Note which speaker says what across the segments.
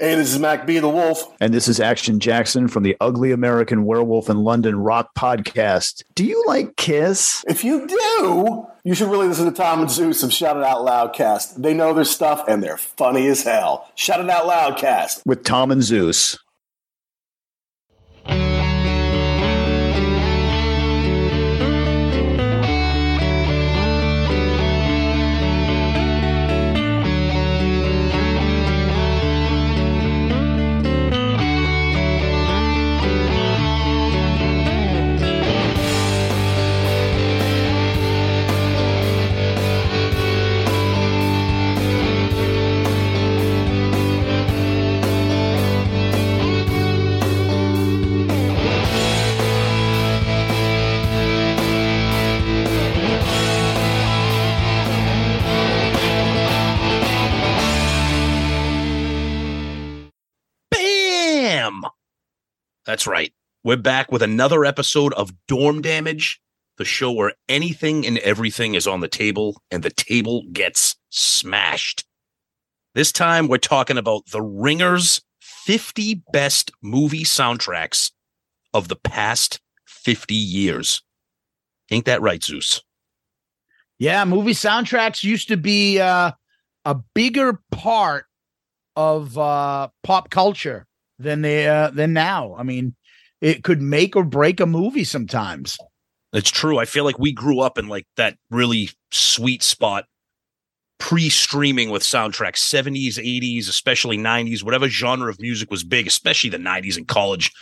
Speaker 1: Hey, this is Mac B, the Wolf.
Speaker 2: And this is Action Jackson from the Ugly American Werewolf in London Rock podcast. Do you like Kiss?
Speaker 1: If you do, you should really listen to Tom and Zeus of Shout It Out Loud cast. They know their stuff and they're funny as hell. Shout It Out Loud cast.
Speaker 2: With Tom and Zeus.
Speaker 3: Bam! That's right. We're back with another episode of Dorm Damage, the show where anything and everything is on the table and the table gets smashed. This time we're talking about The Ringer's 50 best movie soundtracks of the past 50 years. Ain't that right, Zeus?
Speaker 4: Yeah, movie soundtracks used to be uh, a bigger part of uh, pop culture than they uh, than now. I mean, it could make or break a movie sometimes.
Speaker 3: It's true. I feel like we grew up in like that really sweet spot pre-streaming with soundtracks, 70s, 80s, especially 90s, whatever genre of music was big, especially the 90s in college.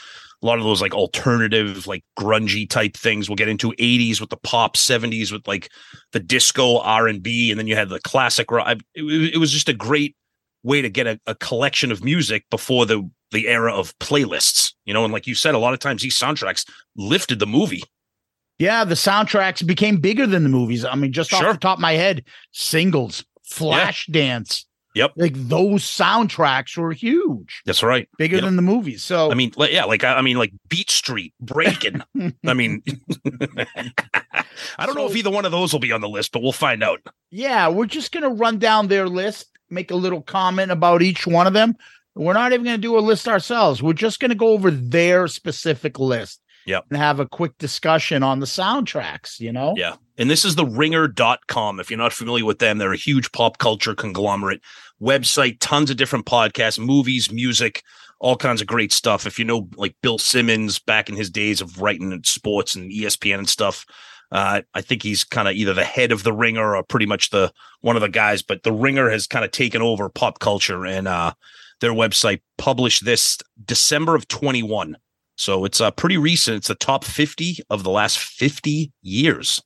Speaker 3: A lot of those like alternative, like grungy type things. We'll get into 80s with the pop, 70s with like the disco R&B, and then you had the classic rock. I- It, it was just a great way to get a, a collection of music before the the era of playlists, you know. And like you said, a lot of times these soundtracks lifted the movie.
Speaker 4: Yeah, the soundtracks became bigger than the movies. I mean, just
Speaker 3: Sure.
Speaker 4: off the top of my head, singles, Flashdance.
Speaker 3: Yep.
Speaker 4: Like those soundtracks were huge,
Speaker 3: That's right.
Speaker 4: bigger
Speaker 3: You know-
Speaker 4: than the movies. So
Speaker 3: I mean, like, yeah, like I, I mean, like Beat Street, Breaking. I mean, I don't know if
Speaker 4: So-
Speaker 3: either one of those will be on the list, but we'll find out.
Speaker 4: yeah, we're just gonna run down their list, make a little comment about each one of them. We're not even gonna do a list ourselves. We're just gonna go over their specific list.
Speaker 3: Yep.
Speaker 4: And have a quick discussion on the soundtracks, you know?
Speaker 3: Yeah. And this is the ringer.com. If you're not familiar with them, they're a huge pop culture conglomerate website, tons of different podcasts, movies, music, all kinds of great stuff. If you know like Bill Simmons back in his days of writing and sports and E ESPN and stuff, uh, I think he's kind of either the head of the ringer or pretty much the one of the guys, but the ringer has kind of taken over pop culture and uh, their website published this December of 21. So it's uh, pretty recent. It's the top 50 of the last 50 years.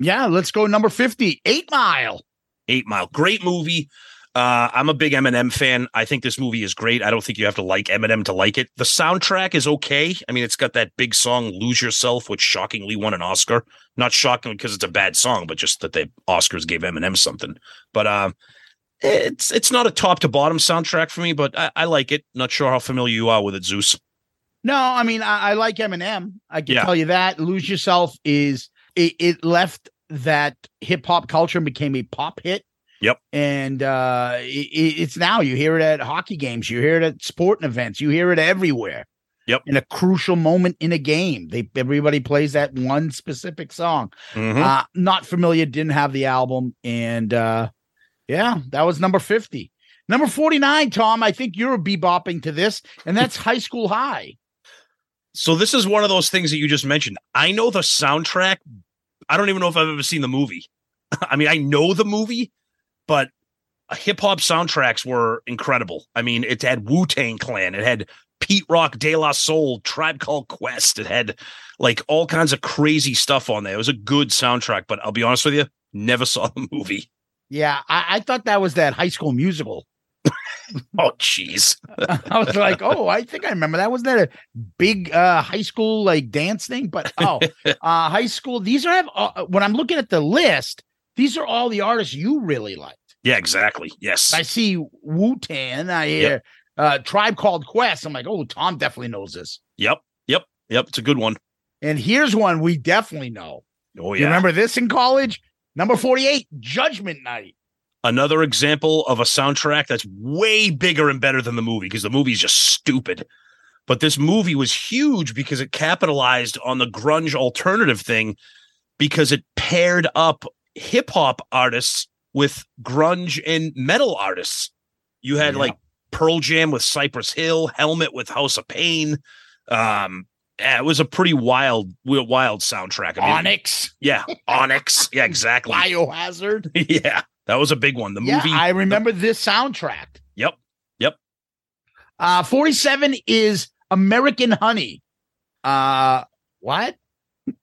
Speaker 4: Yeah, let's go number 50, Eight Mile.
Speaker 3: Eight Mile, great movie. Uh, I'm a big Eminem fan. I think this movie is great. I don't think you have to like Eminem to like it. The soundtrack is okay. I mean, it's got that big song "Lose Yourself," which shockingly won an Oscar. Not shockingly because it's a bad song, but just that the Oscars gave Eminem something. But uh, it's it's not a top to bottom soundtrack for me, but I, I like it. Not sure how familiar you are with it, Zeus.
Speaker 4: No, I mean I, I like Eminem. I can
Speaker 3: Yeah.
Speaker 4: tell you that. Lose Yourself is it, it left that hip hop culture and became a pop hit.
Speaker 3: Yep.
Speaker 4: And uh i- i it's now you hear it at hockey games, you hear it at sporting events, you hear it everywhere.
Speaker 3: Yep.
Speaker 4: In a crucial moment in a game, they everybody plays that one specific song.
Speaker 3: Hmm.
Speaker 4: Uh, not familiar, didn't have the album, and uh yeah, that was number fifty. Number forty nine, Tom. I think you're bebopping to this, and that's High School High.
Speaker 3: So this is one of those things that you just mentioned. I know the soundtrack. I don't even know if I've ever seen the movie. I mean, I know the movie, but hip hop soundtracks were incredible. I mean, it had Wu Tang Clan, it had Pete Rock, De La Soul, Tribe Called Quest, it had like all kinds of crazy stuff on there. It was a good soundtrack, but I'll be honest with you, never saw the movie.
Speaker 4: Yeah, I, I thought that was that high school musical
Speaker 3: Oh, jeez.
Speaker 4: I was like, oh, I think I remember that. Wasn't that a big uh, high school like dance thing? But oh, uh, high school. These are have uh, when I'm looking at the list. These are all the artists you really liked.
Speaker 3: Yeah, exactly. Yes.
Speaker 4: I see Wu Tan. I hear uh, Tribe Called Quest. I'm like, oh, Tom definitely knows this.
Speaker 3: Yep. Yep. Yep. It's a good one.
Speaker 4: And here's one we definitely know.
Speaker 3: Oh,
Speaker 4: You
Speaker 3: yeah.
Speaker 4: remember this in college? Number 48, Judgment Night.
Speaker 3: Another example of a soundtrack that's way bigger and better than the movie because the movie's just stupid. But this movie was huge because it capitalized on the grunge alternative thing because it paired up hip hop artists with grunge and metal artists. You had
Speaker 4: Yeah.
Speaker 3: like Pearl Jam with Cypress Hill, Helmet with House of Pain. Um, yeah, it was a pretty wild, wild soundtrack. I mean,
Speaker 4: Onyx,
Speaker 3: Yeah, Onyx. Yeah, exactly.
Speaker 4: Biohazard.
Speaker 3: yeah, that was a big one. The
Speaker 4: yeah,
Speaker 3: movie.
Speaker 4: I remember this soundtrack.
Speaker 3: Yep. Yep.
Speaker 4: Uh, 47 is American Honey. Uh, what?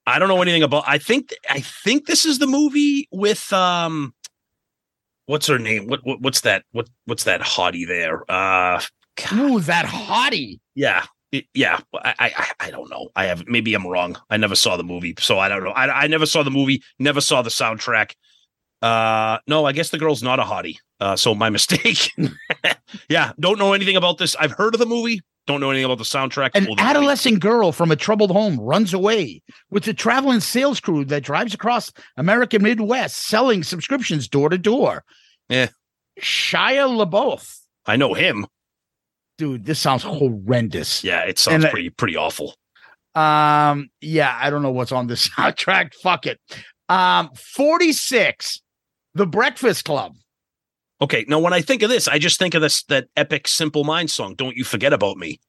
Speaker 3: I don't know anything about. I think. I think this is the movie with um, what's her name? What, what what's that? What what's that hottie there? Uh,
Speaker 4: Ooh, that hottie.
Speaker 3: yeah, it- yeah. I I I- I don't know. I have maybe I'm wrong. I never saw the movie, so I don't know. I I never saw the movie. Never saw the soundtrack. Uh, no, I guess the girl's not a hottie. Uh, so my mistake. yeah, don't know anything about this. I've heard of the movie. Don't know anything about the soundtrack.
Speaker 4: An
Speaker 3: Well, the movie.
Speaker 4: adolescent girl from a troubled home runs away with a traveling sales crew that drives across American Midwest selling subscriptions door to door.
Speaker 3: Yeah.
Speaker 4: Shia LaBeouf.
Speaker 3: I know him.
Speaker 4: Dude, this sounds horrendous.
Speaker 3: Yeah, it sounds
Speaker 4: And, uh,
Speaker 3: pretty pretty awful.
Speaker 4: Um, yeah, I don't know what's on the soundtrack. Fuck it. Um, 46, The Breakfast Club.
Speaker 3: Okay, now when I think of this, I just think of this that epic Simple Minds song. Don't you forget about me?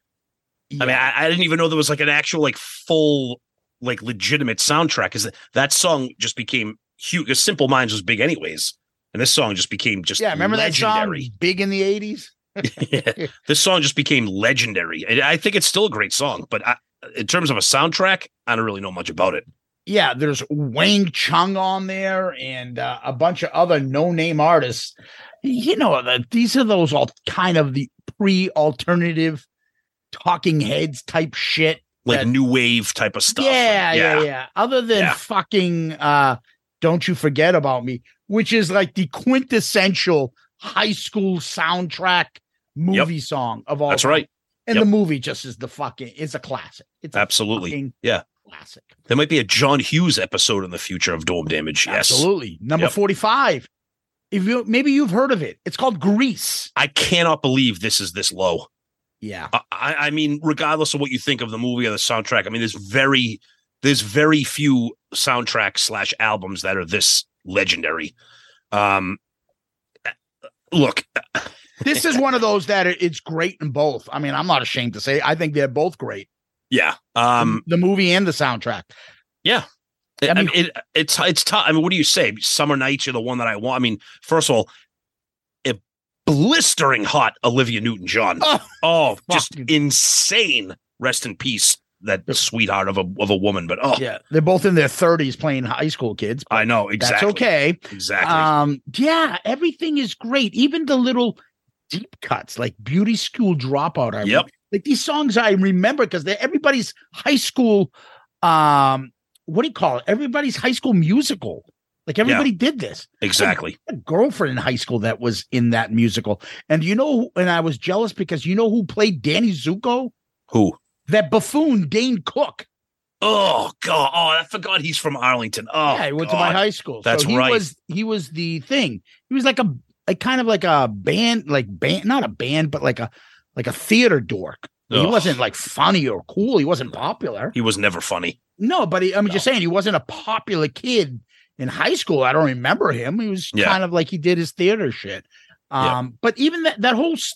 Speaker 3: I mean, I, I didn't even know there was like an actual like full like legitimate soundtrack because that, that song just became huge. Simple Minds was big anyways, and this song just became just
Speaker 4: yeah, remember that
Speaker 3: legendary.
Speaker 4: song big in the 80s?
Speaker 3: Yeah. This song just became legendary. And I think it's still a great song, but I, in terms of a soundtrack, I don't really know much about it.
Speaker 4: Yeah, there's Wang Chung on there and uh, a bunch of other no name artists. You know, the, these are those all kind of the pre alternative talking heads type shit.
Speaker 3: Like
Speaker 4: That-
Speaker 3: new wave type of stuff.
Speaker 4: Yeah, yeah, yeah, Other than
Speaker 3: Yeah.
Speaker 4: fucking uh Don't You Forget About Me, which is like the quintessential high school soundtrack movie song of all
Speaker 3: That's
Speaker 4: time.
Speaker 3: right.
Speaker 4: And
Speaker 3: Yep.
Speaker 4: the movie just is the fucking it's a classic. It's a
Speaker 3: Absolutely.
Speaker 4: fucking
Speaker 3: Yeah.
Speaker 4: classic.
Speaker 3: There might be a John Hughes episode in the future of Dome Damage. Yes.
Speaker 4: Absolutely. Number
Speaker 3: Yep.
Speaker 4: 45. If you maybe you've heard of it. It's called Grease.
Speaker 3: I cannot believe this is this low.
Speaker 4: Yeah.
Speaker 3: I, I I mean, regardless of what you think of the movie or the soundtrack, I mean, there's very there's very few soundtracks slash albums that are this legendary. Um, look,
Speaker 4: This is one of those that it- it's great in both. I mean, I'm not ashamed to say I think they're both great.
Speaker 3: yeah,
Speaker 4: The-
Speaker 3: um,
Speaker 4: the movie and the soundtrack.
Speaker 3: I
Speaker 4: I
Speaker 3: mean,
Speaker 4: mean-
Speaker 3: it, it's it's tough. I mean, what do you say? Summer nights, you're the one that I want. I mean, first of all, it blistering hot Olivia Newton John.
Speaker 4: Oh.
Speaker 3: Oh, just
Speaker 4: Fucking-
Speaker 3: insane. Rest in peace, that
Speaker 4: Yep.
Speaker 3: sweetheart of a of a woman. But oh,
Speaker 4: Yeah, they're both in their 30s playing high school kids.
Speaker 3: I know exactly.
Speaker 4: That's okay.
Speaker 3: Exactly.
Speaker 4: Um, yeah, everything is great. Even the little deep cuts like Beauty School Dropout. I
Speaker 3: Yep.
Speaker 4: Like these songs I remember because they're everybody's high school. Um, what do you call it? Everybody's high school musical. Like everybody did this.
Speaker 3: exactly.
Speaker 4: I had a girlfriend in high school that was in that musical, and you know, who- and I was jealous because you know who played Danny Zuko?
Speaker 3: Who?
Speaker 4: That buffoon Dane Cook.
Speaker 3: Oh God! Oh, I forgot he's from Arlington. Oh,
Speaker 4: yeah, he went to
Speaker 3: God.
Speaker 4: my high school.
Speaker 3: That's
Speaker 4: he
Speaker 3: right.
Speaker 4: Was, he was the thing. He was like a like kind of like a band, like band, not a band, but like a like a theater dork. He
Speaker 3: Ugh.
Speaker 4: wasn't like funny or cool. He wasn't popular.
Speaker 3: He was never funny.
Speaker 4: No, but he, I'm
Speaker 3: No.
Speaker 4: just saying he wasn't a popular kid in high school. I don't remember him. He was
Speaker 3: Yeah.
Speaker 4: kind of like he did his theater shit.
Speaker 3: Yeah.
Speaker 4: Um, but even that that whole s-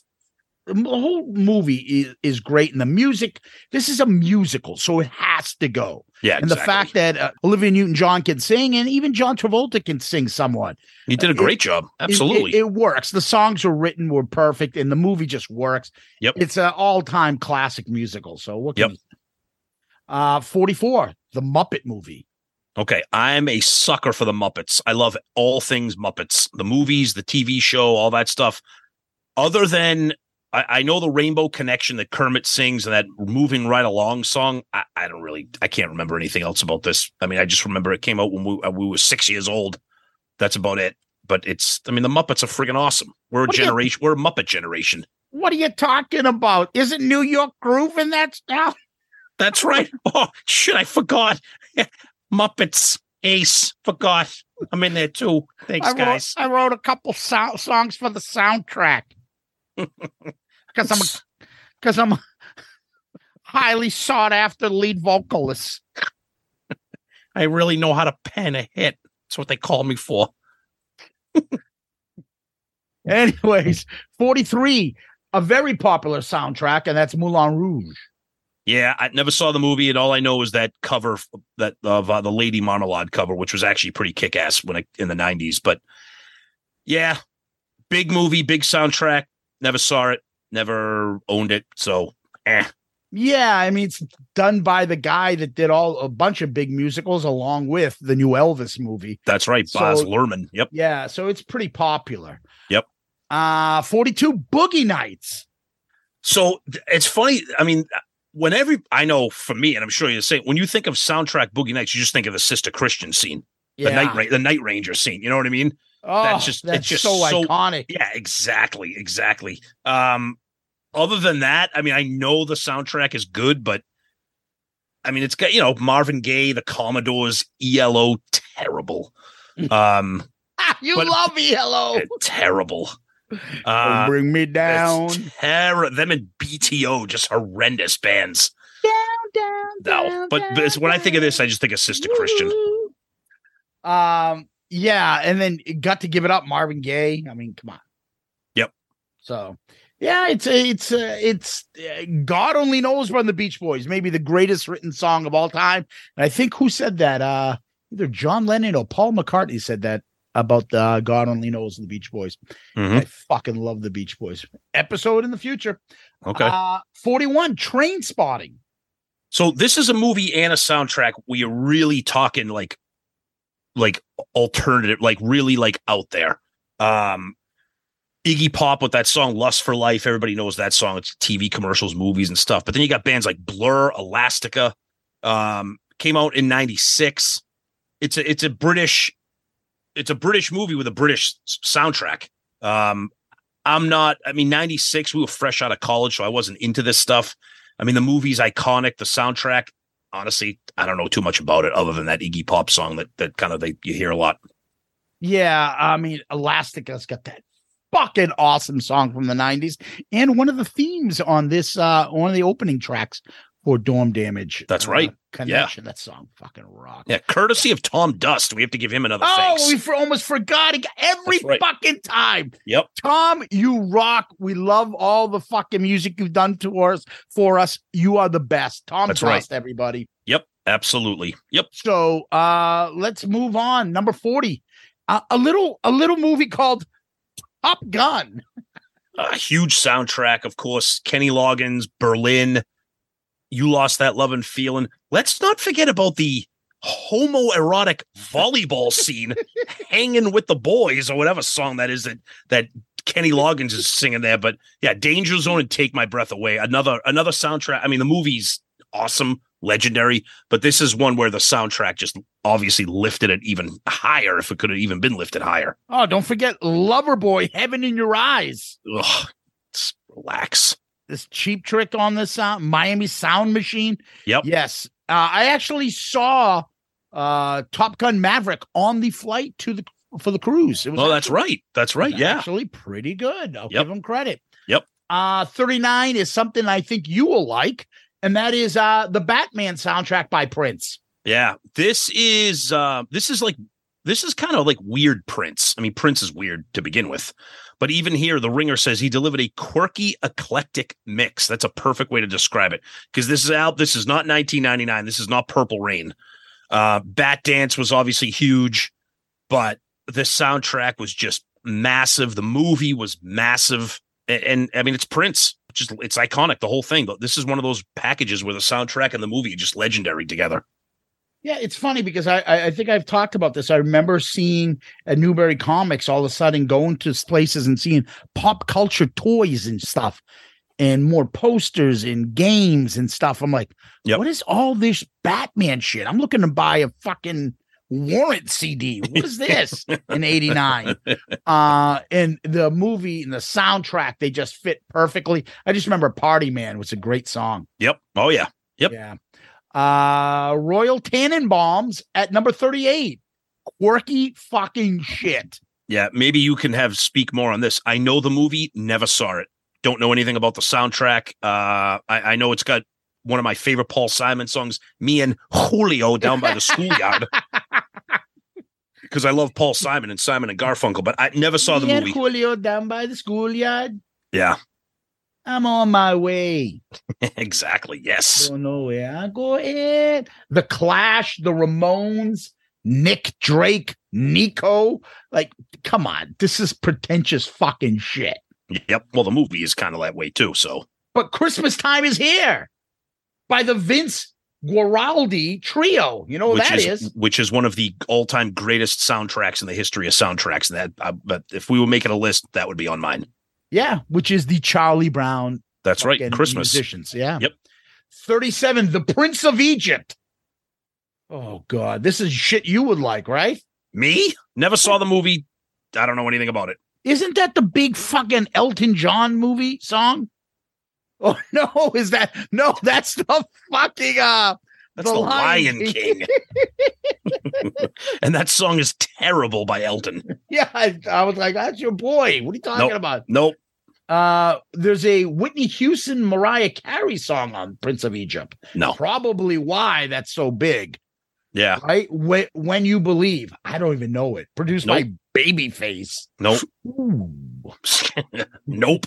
Speaker 4: the whole movie is, is great, and the music. This is a musical, so it has to go
Speaker 3: Yeah,
Speaker 4: and the
Speaker 3: exactly.
Speaker 4: fact that uh, Olivia Newton John can sing, and even John Travolta can sing somewhat.
Speaker 3: he did a great job.
Speaker 4: It-
Speaker 3: Absolutely.
Speaker 4: it, it works. The songs were written were perfect, and the movie just works.
Speaker 3: Yep.
Speaker 4: it's an all time classic musical. So what?
Speaker 3: Yep.
Speaker 4: Can you- uh, forty four, the Muppet movie.
Speaker 3: okay, I'm a sucker for the Muppets. I love all things Muppets, the movies, the TV show, all that stuff. other than I, I know the Rainbow Connection that Kermit sings and that Moving Right Along song. I, I don't really, I can't remember anything else about this. I mean, I just remember it came out when we, uh, we were six years old. That's about it. But it's, I mean, the Muppets are friggin' awesome. We're a
Speaker 4: What do you-
Speaker 3: generation, we're a Muppet generation.
Speaker 4: What are you talking about? Isn't New York Groove in that stuff?
Speaker 3: That's right. Oh, shit, I forgot. Muppets, Ace, forgot. I'm in there too. Thanks,
Speaker 4: I wrote,
Speaker 3: guys.
Speaker 4: I wrote a couple so- songs for the soundtrack because I'm because I'm a highly sought after lead vocalist.
Speaker 3: I really know how to pen a hit. That's what they call me for.
Speaker 4: Anyways, 43, a very popular soundtrack, and that's Moulin Rouge.
Speaker 3: Yeah, I never saw the movie, and all I know is that cover f- that of uh, the Lady Marmalade cover, which was actually pretty kick ass when I, in the '90s. But yeah, big movie, big soundtrack. Never saw it, never owned it, so eh.
Speaker 4: Yeah, I mean it's done by the guy that did all a bunch of big musicals along with the new Elvis movie.
Speaker 3: That's right, Boz
Speaker 4: So-
Speaker 3: Lerman. Yep,
Speaker 4: Yeah, so it's pretty popular.
Speaker 3: Yep.
Speaker 4: Uh 42 Boogie Nights.
Speaker 3: So th- it's funny. I mean, whenever I know for me, and I'm sure you're the same, when you think of soundtrack Boogie Nights, you just think of the Sister Christian scene,
Speaker 4: Yeah.
Speaker 3: the night Ra- the Night Ranger scene. You know what I mean?
Speaker 4: oh,
Speaker 3: that's just-
Speaker 4: that's
Speaker 3: it's just
Speaker 4: so,
Speaker 3: so-
Speaker 4: iconic.
Speaker 3: Yeah, exactly, exactly. Um, other than that, I mean, I know the soundtrack is good, but I mean, it's got you know Marvin Gaye, the Commodores, ELO, terrible, um,
Speaker 4: you
Speaker 3: But-
Speaker 4: love yellow.
Speaker 3: terrible. Uh,
Speaker 4: bring me down.
Speaker 3: it's terror. Them and BTO, just horrendous bands. No, but, but it's, when I think of this, I just think of Sister Christian.
Speaker 4: Um, yeah, and then it got to give it up, Marvin Gaye. I mean, come on.
Speaker 3: Yep.
Speaker 4: So, yeah, it's it's uh, it's uh, God only knows when the Beach Boys, maybe the greatest written song of all time. And I think who said that? Uh, either John Lennon or Paul McCartney said that about the uh, God only knows the Beach Boys.
Speaker 3: Mhm.
Speaker 4: I fucking love the Beach Boys. Episode in the future.
Speaker 3: Okay.
Speaker 4: Uh, forty-one. Train spotting.
Speaker 3: So this is a movie and a soundtrack where you're really talking like like alternative, like really like out there. Um Iggy Pop with that song Lust for Life. Everybody knows that song. It's TV commercials, movies, and stuff. But then you got bands like Blur, Elastica, um, came out in ninety-six. It's a it's a British it's a British movie with a British s- soundtrack. Um I'm not, I mean, 96, we were fresh out of college, so I wasn't into this stuff. I mean, the movie's iconic. The soundtrack, honestly, I don't know too much about it other than that Iggy Pop song that that kind of they you hear a lot.
Speaker 4: Yeah, I mean, Elastica's got that fucking awesome song from the '90s, and one of the themes on this, uh, one of the opening tracks for Dorm Damage.
Speaker 3: That's
Speaker 4: uh,
Speaker 3: right.
Speaker 4: Connection. That song fucking rocks.
Speaker 3: Yeah, courtesy of Tom Dust, we have to give him another
Speaker 4: Oh,
Speaker 3: thanks.
Speaker 4: we for almost forgot ag- every
Speaker 3: That's right.
Speaker 4: fucking time.
Speaker 3: Yep.
Speaker 4: Tom, you rock. We love all the fucking music you've done to us for us. You are the best. Tom
Speaker 3: That's
Speaker 4: That's
Speaker 3: right.
Speaker 4: everybody.
Speaker 3: Yep, absolutely. Yep.
Speaker 4: So uh let's move on. Number 40. Uh, a little a little movie called Top Gun.
Speaker 3: A huge soundtrack, of course. Kenny Loggins, Berlin, You Lost That Love and Feeling. Let's not forget about the homoerotic volleyball scene hanging with the boys or whatever song that is that that Kenny Loggins is singing there but yeah Danger Zone and Take My Breath Away another another soundtrack I mean the movie's awesome legendary but this is one where the soundtrack just obviously lifted it even higher if it could have even been lifted higher
Speaker 4: Oh, don't forget Loverboy, Heaven in Your Eyes.
Speaker 3: Ugh, it's- relax
Speaker 4: This cheap trick on the sound, Miami Sound Machine.
Speaker 3: Yep.
Speaker 4: Yes. Uh, I actually saw uh Top Gun Maverick on the flight to the for the cruise. It was
Speaker 3: Oh, that's right. That's right.
Speaker 4: was
Speaker 3: Yeah.
Speaker 4: Actually pretty good. I'll
Speaker 3: Yep.
Speaker 4: give him credit.
Speaker 3: Yep.
Speaker 4: Uh 39 is something I think you will like, and that is uh the Batman soundtrack by Prince.
Speaker 3: Yeah. This is uh this is like this is kind of like weird Prince. I mean, Prince is weird to begin with. But even here, the ringer says he delivered a quirky, eclectic mix. That's a perfect way to describe it. Because this is out, this is not 1999. This is not Purple Rain. Uh Bat Dance was obviously huge, but the soundtrack was just massive. The movie was massive. And, and I mean, it's Prince. Just it's iconic, the whole thing. But this is one of those packages where the soundtrack and the movie are just legendary together.
Speaker 4: Yeah, it's funny because I, I I think I've talked about this. I remember seeing at Newberry Comics all of a sudden going to places and seeing pop culture toys and stuff, and more posters and games and stuff. I'm like,
Speaker 3: Yep.
Speaker 4: what is all this Batman shit? I'm looking to buy a fucking warrant CD. What is this in '89? Uh, and the movie and the soundtrack they just fit perfectly. I just remember Party Man was a great song.
Speaker 3: Yep. Oh yeah. Yep.
Speaker 4: Yeah. Uh Royal Tannenbaums at number 38. Quirky fucking shit.
Speaker 3: Yeah. Maybe you can have speak more on this. I know the movie, never saw it. Don't know anything about the soundtrack. Uh, I, I know it's got one of my favorite Paul Simon songs, "Me and Julio Down by the Schoolyard," because I love Paul Simon and Simon and Garfunkel. But I never saw the
Speaker 4: Me and
Speaker 3: movie.
Speaker 4: Julio down by the schoolyard.
Speaker 3: Yeah.
Speaker 4: I'm on my way.
Speaker 3: exactly. Yes.
Speaker 4: Don't know where I'm going. The Clash, the Ramones, Nick Drake, Nico. Like, come on. This is pretentious fucking shit.
Speaker 3: Yep. Well, the movie is kind of that way too. So
Speaker 4: But Christmas Time is Here by the Vince Guaraldi Trio. You know what
Speaker 3: which
Speaker 4: that
Speaker 3: is,
Speaker 4: is.
Speaker 3: which is one of the all-time greatest soundtracks in the history of soundtracks. And that, I, but if we were making a list, that would be on mine.
Speaker 4: Yeah, which is the Charlie Brown
Speaker 3: That's right,
Speaker 4: fucking
Speaker 3: Christmas.
Speaker 4: musicians. Yeah.
Speaker 3: Yep.
Speaker 4: 37, The Prince of Egypt. Oh God, this is shit you would like, right?
Speaker 3: Me? Never saw the movie. I don't know anything about it.
Speaker 4: Isn't that the big fucking Elton John movie song? Oh no, is that no, that's the fucking uh
Speaker 3: That's the, Lion King. and that song is terrible by Elton.
Speaker 4: yeah, I, I was like, that's your boy. What are you talking
Speaker 3: Nope.
Speaker 4: about?
Speaker 3: Nope.
Speaker 4: Uh there's a Whitney Houston Mariah Carey song on Prince of Egypt.
Speaker 3: No.
Speaker 4: Probably why that's so big.
Speaker 3: Yeah.
Speaker 4: right? When, when you believe, I don't even know it. Produced by Babyface.
Speaker 3: Nope.
Speaker 4: Ooh,
Speaker 3: nope. Nope.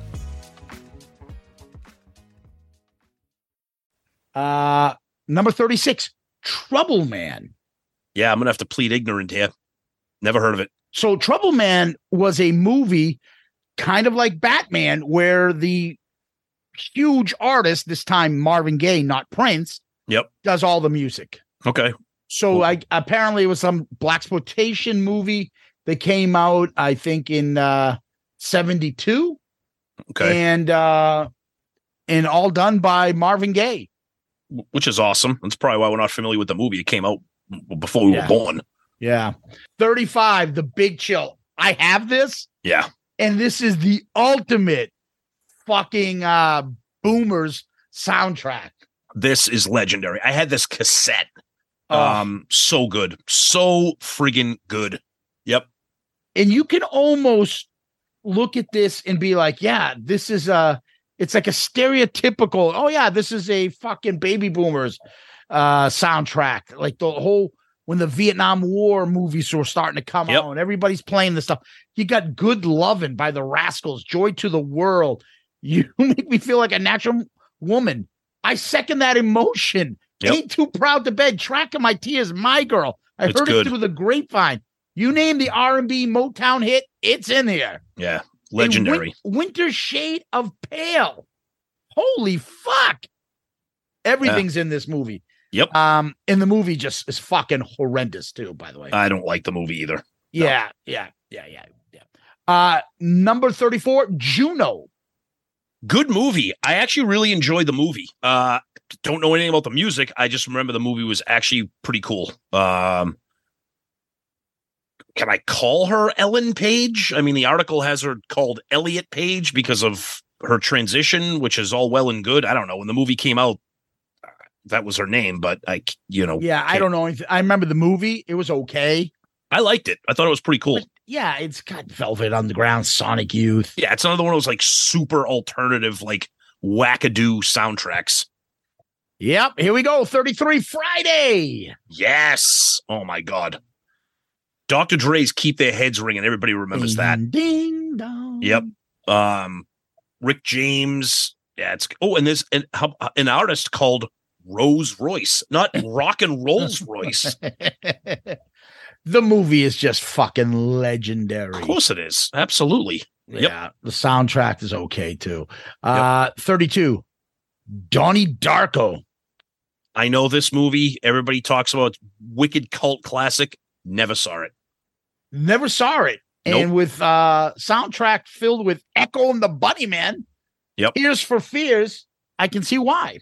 Speaker 4: uh, number thirty six, Trouble Man.
Speaker 3: Yeah. I'm going to have to plead ignorant here. Never heard of it.
Speaker 4: So Trouble Man was a movie, kind of like Batman, where the huge artist this time Marvin Gaye, not Prince,
Speaker 3: Yep.
Speaker 4: does all the music.
Speaker 3: Okay.
Speaker 4: So I apparently it was some black exploitation movie that came out, I think, in uh '72,
Speaker 3: Okay.
Speaker 4: and uh and all done by Marvin Gaye.
Speaker 3: Wh- Which is awesome. That's probably why we're not familiar with the movie. It came out w- before we
Speaker 4: Yeah.
Speaker 3: were born.
Speaker 4: Yeah, 35, The Big Chill. I have this,
Speaker 3: Yeah.
Speaker 4: and this is the ultimate fucking uh boomers soundtrack.
Speaker 3: This is legendary. I had this cassette.
Speaker 4: Um,
Speaker 3: Um, so good. So friggin' good. Yep.
Speaker 4: and you can almost look at this and be like, yeah, this is a it's like a stereotypical, oh yeah, this is a fucking baby boomers uh soundtrack. Like the whole when the Vietnam War movies were starting to come
Speaker 3: Yep.
Speaker 4: out and everybody's playing this stuff. You got Good Lovin' by the Rascals, Joy to the World. You make me feel like a natural woman. I second that emotion.
Speaker 3: Yep.
Speaker 4: Ain't too proud to bed. Tracking my tears, my girl. I
Speaker 3: It's
Speaker 4: heard
Speaker 3: good.
Speaker 4: it through the grapevine. You name the R and B Motown hit, it's in here
Speaker 3: Yeah.
Speaker 4: a win-
Speaker 3: Legendary.
Speaker 4: winter shade of pale. Holy fuck. Everything's in this movie.
Speaker 3: Yep.
Speaker 4: Um, and the movie just is fucking horrendous too, by the way.
Speaker 3: I don't like the movie either.
Speaker 4: yeah, yeah, yeah, yeah, yeah. Uh number 34, Juno.
Speaker 3: Good movie. I actually really enjoyed the movie. Uh don't know anything about the music. I just remember the movie was actually pretty cool. Um can I call her Ellen Page? I mean, the article has her called Elliot Page because of her transition, which is all well and good. I don't know. When the movie came out, uh, that was her name, but I, c- you know,
Speaker 4: Yeah, I
Speaker 3: Okay.
Speaker 4: don't know anything. I remember the movie. It was okay.
Speaker 3: I liked it. I thought it was pretty cool.
Speaker 4: But yeah, it's got Velvet Underground, Sonic Youth.
Speaker 3: Yeah, it's another one of those like super alternative, like wackadoo soundtracks.
Speaker 4: Yep, here we go. 33 Friday.
Speaker 3: Yes. Oh my God. Dr. Dre's Keep Their Heads Ringing. Everybody remembers that.
Speaker 4: Ding, Ding dong.
Speaker 3: Yep. Um, Rick James. Yeah, it's oh, and there's an, how- an artist called Rose Royce, not Rock and Rolls Royce.
Speaker 4: the movie is just fucking legendary.
Speaker 3: Of course it is. Absolutely. yep.
Speaker 4: Yeah. The soundtrack is okay too. Uh 32. Donnie Darko.
Speaker 3: I know this movie. Everybody talks about it. wicked cult classic. Never saw it.
Speaker 4: Never saw it. And with uh soundtrack filled with Echo and the Bunny Man.
Speaker 3: Yep.
Speaker 4: Ears for Fears. I can see why.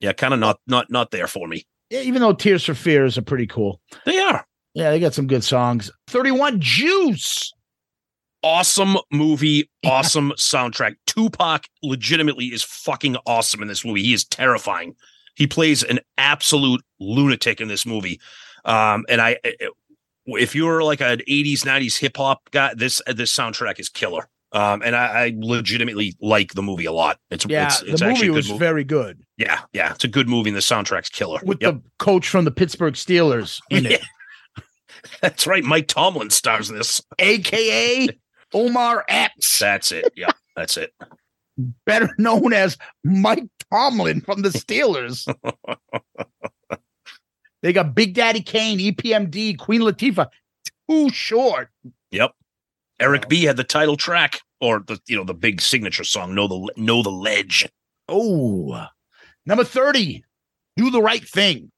Speaker 3: Yeah, kind of not not not there for me.
Speaker 4: Yeah, even though Tears for Fears are pretty cool.
Speaker 3: They are.
Speaker 4: Yeah, they got some good songs. 31 Juice.
Speaker 3: awesome movie, awesome soundtrack. Tupac legitimately is fucking awesome in this movie. He is terrifying. He plays an absolute lunatic in this movie. Um, and I, if you're like an 80s, 90s hip hop guy, this this soundtrack is killer. Um, and I, I legitimately like the movie a lot. It's
Speaker 4: Yeah,
Speaker 3: it's, it's
Speaker 4: the
Speaker 3: actually a
Speaker 4: movie
Speaker 3: good
Speaker 4: was
Speaker 3: movie.
Speaker 4: very good
Speaker 3: yeah, yeah, it's a good movie, and the soundtrack's killer.
Speaker 4: with
Speaker 3: Yep.
Speaker 4: the coach from the Pittsburgh Steelers in it.
Speaker 3: That's right. Mike Tomlin stars in this.
Speaker 4: AKA Omar Epps.
Speaker 3: That's it. Yeah, that's it.
Speaker 4: better known as Mike Tomlin from the Steelers. they got Big Daddy Kane, E EPMD, Queen Latifah. Too short.
Speaker 3: Eric B had the title track or the you know the big signature song know the know the ledge.
Speaker 4: Oh, number 30, do the right thing.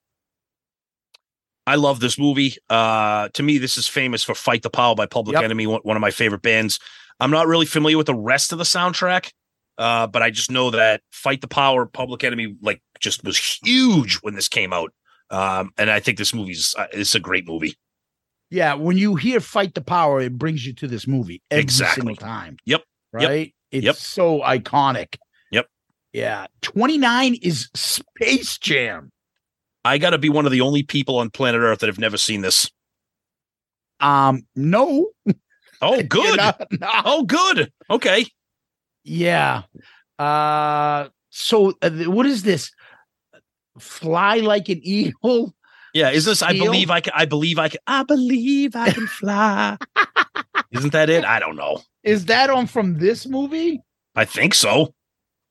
Speaker 3: I love this movie. Uh to me this is famous for Fight the Power by Public
Speaker 4: Yep.
Speaker 3: Enemy, one, one of my favorite bands. I'm not really familiar with the rest of the soundtrack, uh but I just know that Fight the Power Public Enemy like just was huge when this came out. Um and I think this movie's uh, it's a great movie.
Speaker 4: Yeah, when you hear Fight the Power, it brings you to this movie every
Speaker 3: Exactly.
Speaker 4: single time.
Speaker 3: Yep. Yep.
Speaker 4: Right? It's
Speaker 3: Yep.
Speaker 4: so iconic.
Speaker 3: Yep.
Speaker 4: Yeah. 29 is Space Jam.
Speaker 3: I got to be one of the only people on planet Earth that have never seen this.
Speaker 4: Um, no.
Speaker 3: Oh
Speaker 4: you're
Speaker 3: good.
Speaker 4: not- no.
Speaker 3: Oh good. Okay.
Speaker 4: Yeah. Uh so uh, th- what is this? Fly like an eagle?
Speaker 3: Yeah, is this? I
Speaker 4: Steel?
Speaker 3: believe I can. I believe I can. I believe I can fly. Isn't that it? I don't know.
Speaker 4: Is that on from this movie?
Speaker 3: I think so.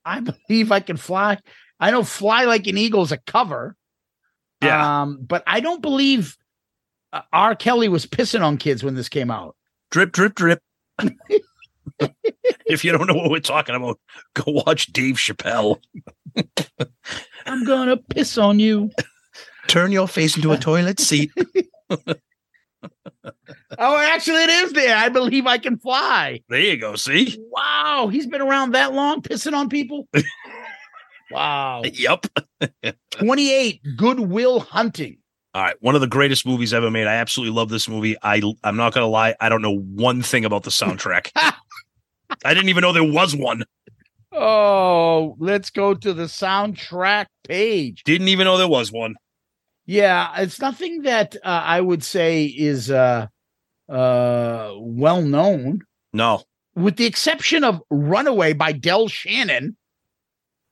Speaker 4: I believe I can fly. I know fly like an eagle is a cover.
Speaker 3: Yeah.
Speaker 4: Um but I don't believe uh, R Kelly was pissing on kids when this came out.
Speaker 3: Drip, drip, drip. if you don't know what we're talking about, go watch Dave Chappelle.
Speaker 4: I'm going to piss on you.
Speaker 3: Turn your face into a toilet seat.
Speaker 4: Oh, actually it is there. I believe I can fly.
Speaker 3: There you go. See?
Speaker 4: Wow, he's been around that long pissing on people? wow.
Speaker 3: Yep.
Speaker 4: 28 Goodwill Hunting.
Speaker 3: All right. One of the greatest movies ever made. I absolutely love this movie. I I'm not gonna lie. I don't know one thing about the soundtrack. I didn't even know there was one.
Speaker 4: Oh, let's go to the soundtrack page.
Speaker 3: Didn't even know there was one.
Speaker 4: Yeah, it's nothing that uh, I would say is uh uh well known
Speaker 3: No.
Speaker 4: with the exception of Runaway by Del Shannon.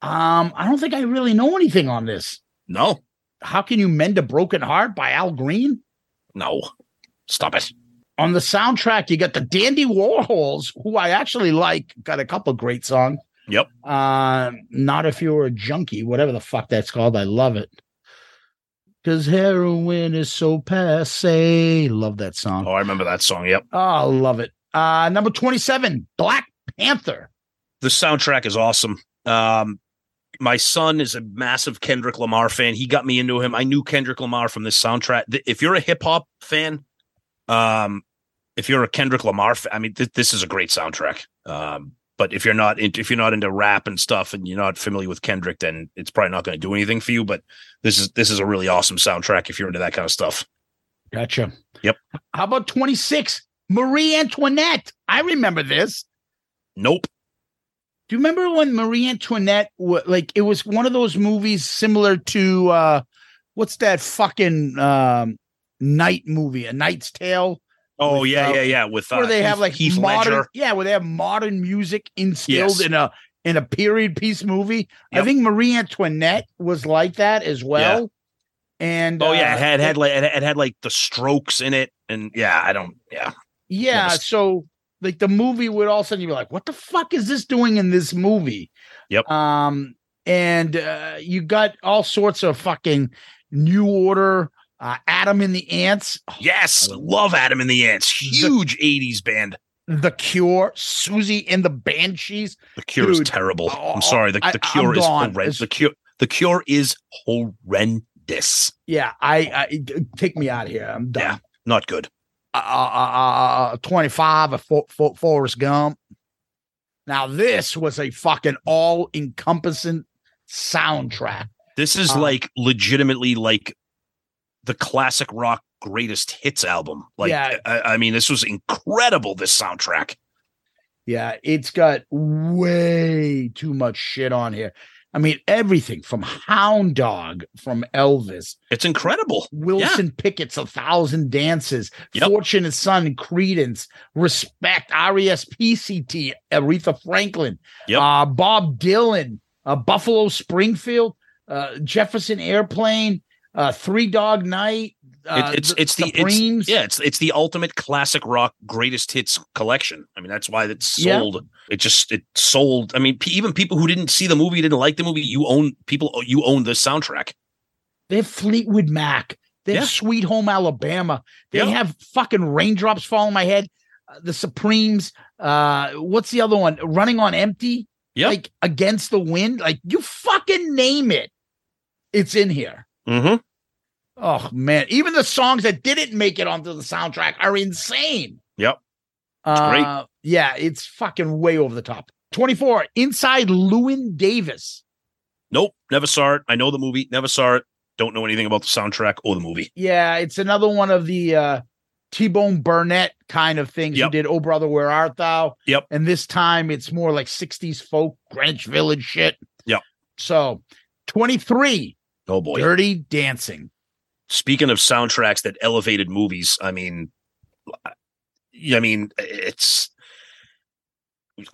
Speaker 4: Um I don't think I really know anything on this.
Speaker 3: No.
Speaker 4: How Can You Mend a Broken Heart by Al Green?
Speaker 3: No, stop it.
Speaker 4: On the soundtrack, you got the Dandy Warhols, who I actually like, got a couple great songs.
Speaker 3: Yep.
Speaker 4: Uh, Not If You Were a Junkie, whatever the fuck that's called. I love it. Because heroin is so passe. Love that song.
Speaker 3: Oh, I remember that song. Yep.
Speaker 4: Oh, I love it. Uh, number 27, Black Panther.
Speaker 3: the soundtrack is awesome. Um, my son is a massive Kendrick Lamar fan. He got me into him. I knew Kendrick Lamar from this soundtrack. Th- If you're a hip hop fan, um, if you're a Kendrick Lamar, fa- I mean, th- this is a great soundtrack. Um, but if you're not into, if you're not into rap and stuff, and you're not familiar with Kendrick, then it's probably not going to do anything for you. But this is this is a really awesome soundtrack if you're into that kind of stuff.
Speaker 4: Gotcha.
Speaker 3: Yep.
Speaker 4: How about 26, Marie Antoinette? I remember this.
Speaker 3: Nope.
Speaker 4: Do you remember when Marie Antoinette wa- like it was one of those movies similar to uh what's that fucking um night movie, A Knight's Tale,
Speaker 3: Oh
Speaker 4: With,
Speaker 3: yeah,
Speaker 4: uh,
Speaker 3: yeah, yeah. With uh,
Speaker 4: where they have
Speaker 3: Heath-
Speaker 4: like
Speaker 3: Heath
Speaker 4: modern
Speaker 3: Ledger.
Speaker 4: yeah, where they have modern music instilled
Speaker 3: Yes.
Speaker 4: in a in a period piece movie. I
Speaker 3: Yep.
Speaker 4: think Marie Antoinette was like that as well. And
Speaker 3: Oh yeah,
Speaker 4: uh,
Speaker 3: it had had like it had- it had like the Strokes in it, and yeah, I don't. Yeah,
Speaker 4: Yeah,
Speaker 3: Yes.
Speaker 4: so like the movie would all of a sudden you'd be like, what the fuck is this doing in this movie?
Speaker 3: Yep.
Speaker 4: Um, and uh, you got all sorts of fucking New Order, uh, Adam and the Ants,
Speaker 3: Yes, love Adam and the Ants. Huge '80s band.
Speaker 4: The Cure, Susie and the Banshees.
Speaker 3: The Cure is
Speaker 4: Dude,
Speaker 3: terrible.
Speaker 4: oh,
Speaker 3: I'm sorry. The,
Speaker 4: I-
Speaker 3: the
Speaker 4: I'm
Speaker 3: Cure is
Speaker 4: gone.
Speaker 3: horrendous.
Speaker 4: It's-
Speaker 3: The Cure. The Cure is horrendous.
Speaker 4: Yeah, I, I take me out of here. I'm done.
Speaker 3: Yeah. Not good.
Speaker 4: uh, uh, uh, uh, 25 of For- For- Forrest Gump. Now, this was a fucking all encompassing soundtrack.
Speaker 3: This is
Speaker 4: Uh,
Speaker 3: like legitimately like the classic rock greatest hits album. Like,
Speaker 4: Yeah.
Speaker 3: I, I mean, this was incredible. This soundtrack.
Speaker 4: Yeah, it's got way too much shit on here. I mean, everything from Hound Dog, from Elvis,
Speaker 3: It's incredible.
Speaker 4: Wilson Pickett's A Thousand Dances,
Speaker 3: Yep.
Speaker 4: Fortune and Son, Credence, Respect, E RESPCT, Aretha Franklin,
Speaker 3: Yep.
Speaker 4: uh, Bob Dylan, uh, Buffalo Springfield, uh, Jefferson Airplane, uh, Three Dog Night. Uh,
Speaker 3: it's- it's the- it's-
Speaker 4: Supremes.
Speaker 3: Yeah, it's it's the ultimate classic rock greatest hits collection. I mean, that's why it's
Speaker 4: Yeah.
Speaker 3: sold. It just it sold. I mean, pe even people who didn't see the movie, didn't like the movie, you own people. You own the soundtrack.
Speaker 4: They have Fleetwood Mac. They have
Speaker 3: Yeah.
Speaker 4: Sweet Home Alabama. They
Speaker 3: Yeah.
Speaker 4: have fucking raindrops fall on my head. Uh, the Supremes. Uh, what's the other one? Running on empty.
Speaker 3: Yeah.
Speaker 4: Like against the wind. Like you fucking name it. It's in here.
Speaker 3: Mm-hmm.
Speaker 4: Oh man. Even the songs that didn't make it onto the soundtrack are insane.
Speaker 3: Yep. great.
Speaker 4: Uh, yeah, it's fucking way over the top. 24 inside Lewin Davis.
Speaker 3: Nope, never saw it. I know the movie, never saw it. Don't know anything about the soundtrack or the movie.
Speaker 4: Yeah, it's another one of the uh T-Bone Burnett kind of things.
Speaker 3: Yep.
Speaker 4: You did Oh Brother Where Art Thou?
Speaker 3: Yep.
Speaker 4: And this time it's more like 60s folk, Greenwich Village shit.
Speaker 3: Yep.
Speaker 4: So 23,
Speaker 3: Oh boy.
Speaker 4: Dirty Dancing.
Speaker 3: Speaking of soundtracks that elevated movies, I mean, I- I mean, it's.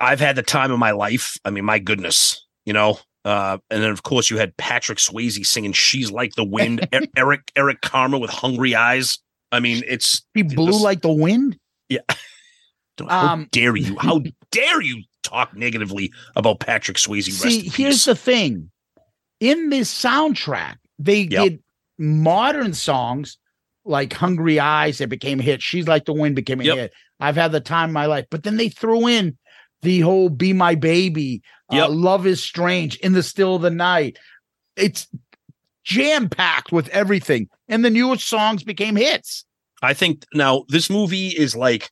Speaker 3: I've had the time of my life. I mean, my goodness, you know. Uh, and then of course you had Patrick Swayze singing "She's Like the Wind." E- Eric Eric Karma with "Hungry Eyes." I mean, it's
Speaker 4: He blew
Speaker 3: this-
Speaker 4: like the wind.
Speaker 3: how
Speaker 4: Um,
Speaker 3: dare you? How dare you talk negatively about Patrick Swayze? Rest
Speaker 4: See,
Speaker 3: in
Speaker 4: here's
Speaker 3: peace.
Speaker 4: the thing. In this soundtrack, they
Speaker 3: Yep.
Speaker 4: did modern songs like Hungry Eyes that became a hit. She's Like the Wind became a
Speaker 3: Yep.
Speaker 4: hit. I've had the time of my life. But then they threw in the whole Be My Baby,
Speaker 3: Yep.
Speaker 4: uh, Love is Strange, In the Still of the Night. It's jam packed with everything. And the newest songs became hits.
Speaker 3: I think now this movie is like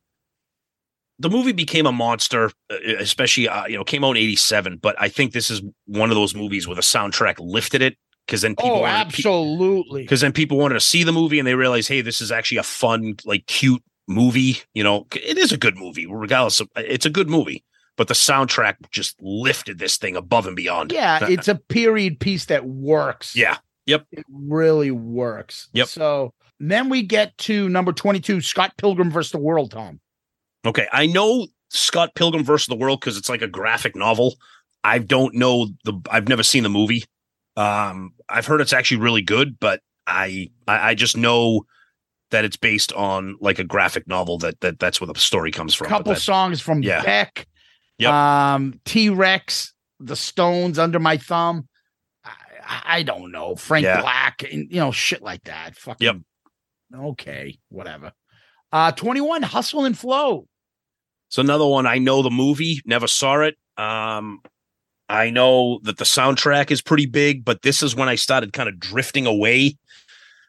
Speaker 3: the movie became a monster, uh, especially uh, you know came out in '87. But I think this is one of those movies where the soundtrack lifted it because then people
Speaker 4: oh,
Speaker 3: wanted-
Speaker 4: absolutely.
Speaker 3: because then people wanted to see the movie and they realized, hey, this is actually a fun, like, cute movie. You know, c- it is a good movie, regardless of it's a good movie. But the soundtrack just lifted this thing above and beyond. Uh,
Speaker 4: Yeah, it's a period piece that works.
Speaker 3: Yeah.
Speaker 4: it really works.
Speaker 3: Yep.
Speaker 4: So then we get to number 22, Scott Pilgrim versus the World, Tom.
Speaker 3: Okay, I know Scott Pilgrim versus the World because it's like a graphic novel. I don't know the. I've never seen the movie. Um, I've heard it's actually really good, but I, I I just know that it's based on like a graphic novel that that that's where the story comes from. but
Speaker 4: couple
Speaker 3: that-
Speaker 4: songs from
Speaker 3: Yeah.
Speaker 4: Beck,
Speaker 3: Yep.
Speaker 4: um, T Rex, The Stones under my thumb. I, I don't know Frank
Speaker 3: Yeah.
Speaker 4: Black and you know shit like that. Fucking
Speaker 3: Yep.
Speaker 4: Okay, whatever. Uh, twenty one, hustle and flow.
Speaker 3: It's another one. I know the movie, never saw it. Um, I know that the soundtrack is pretty big, but this is when I started kind of drifting away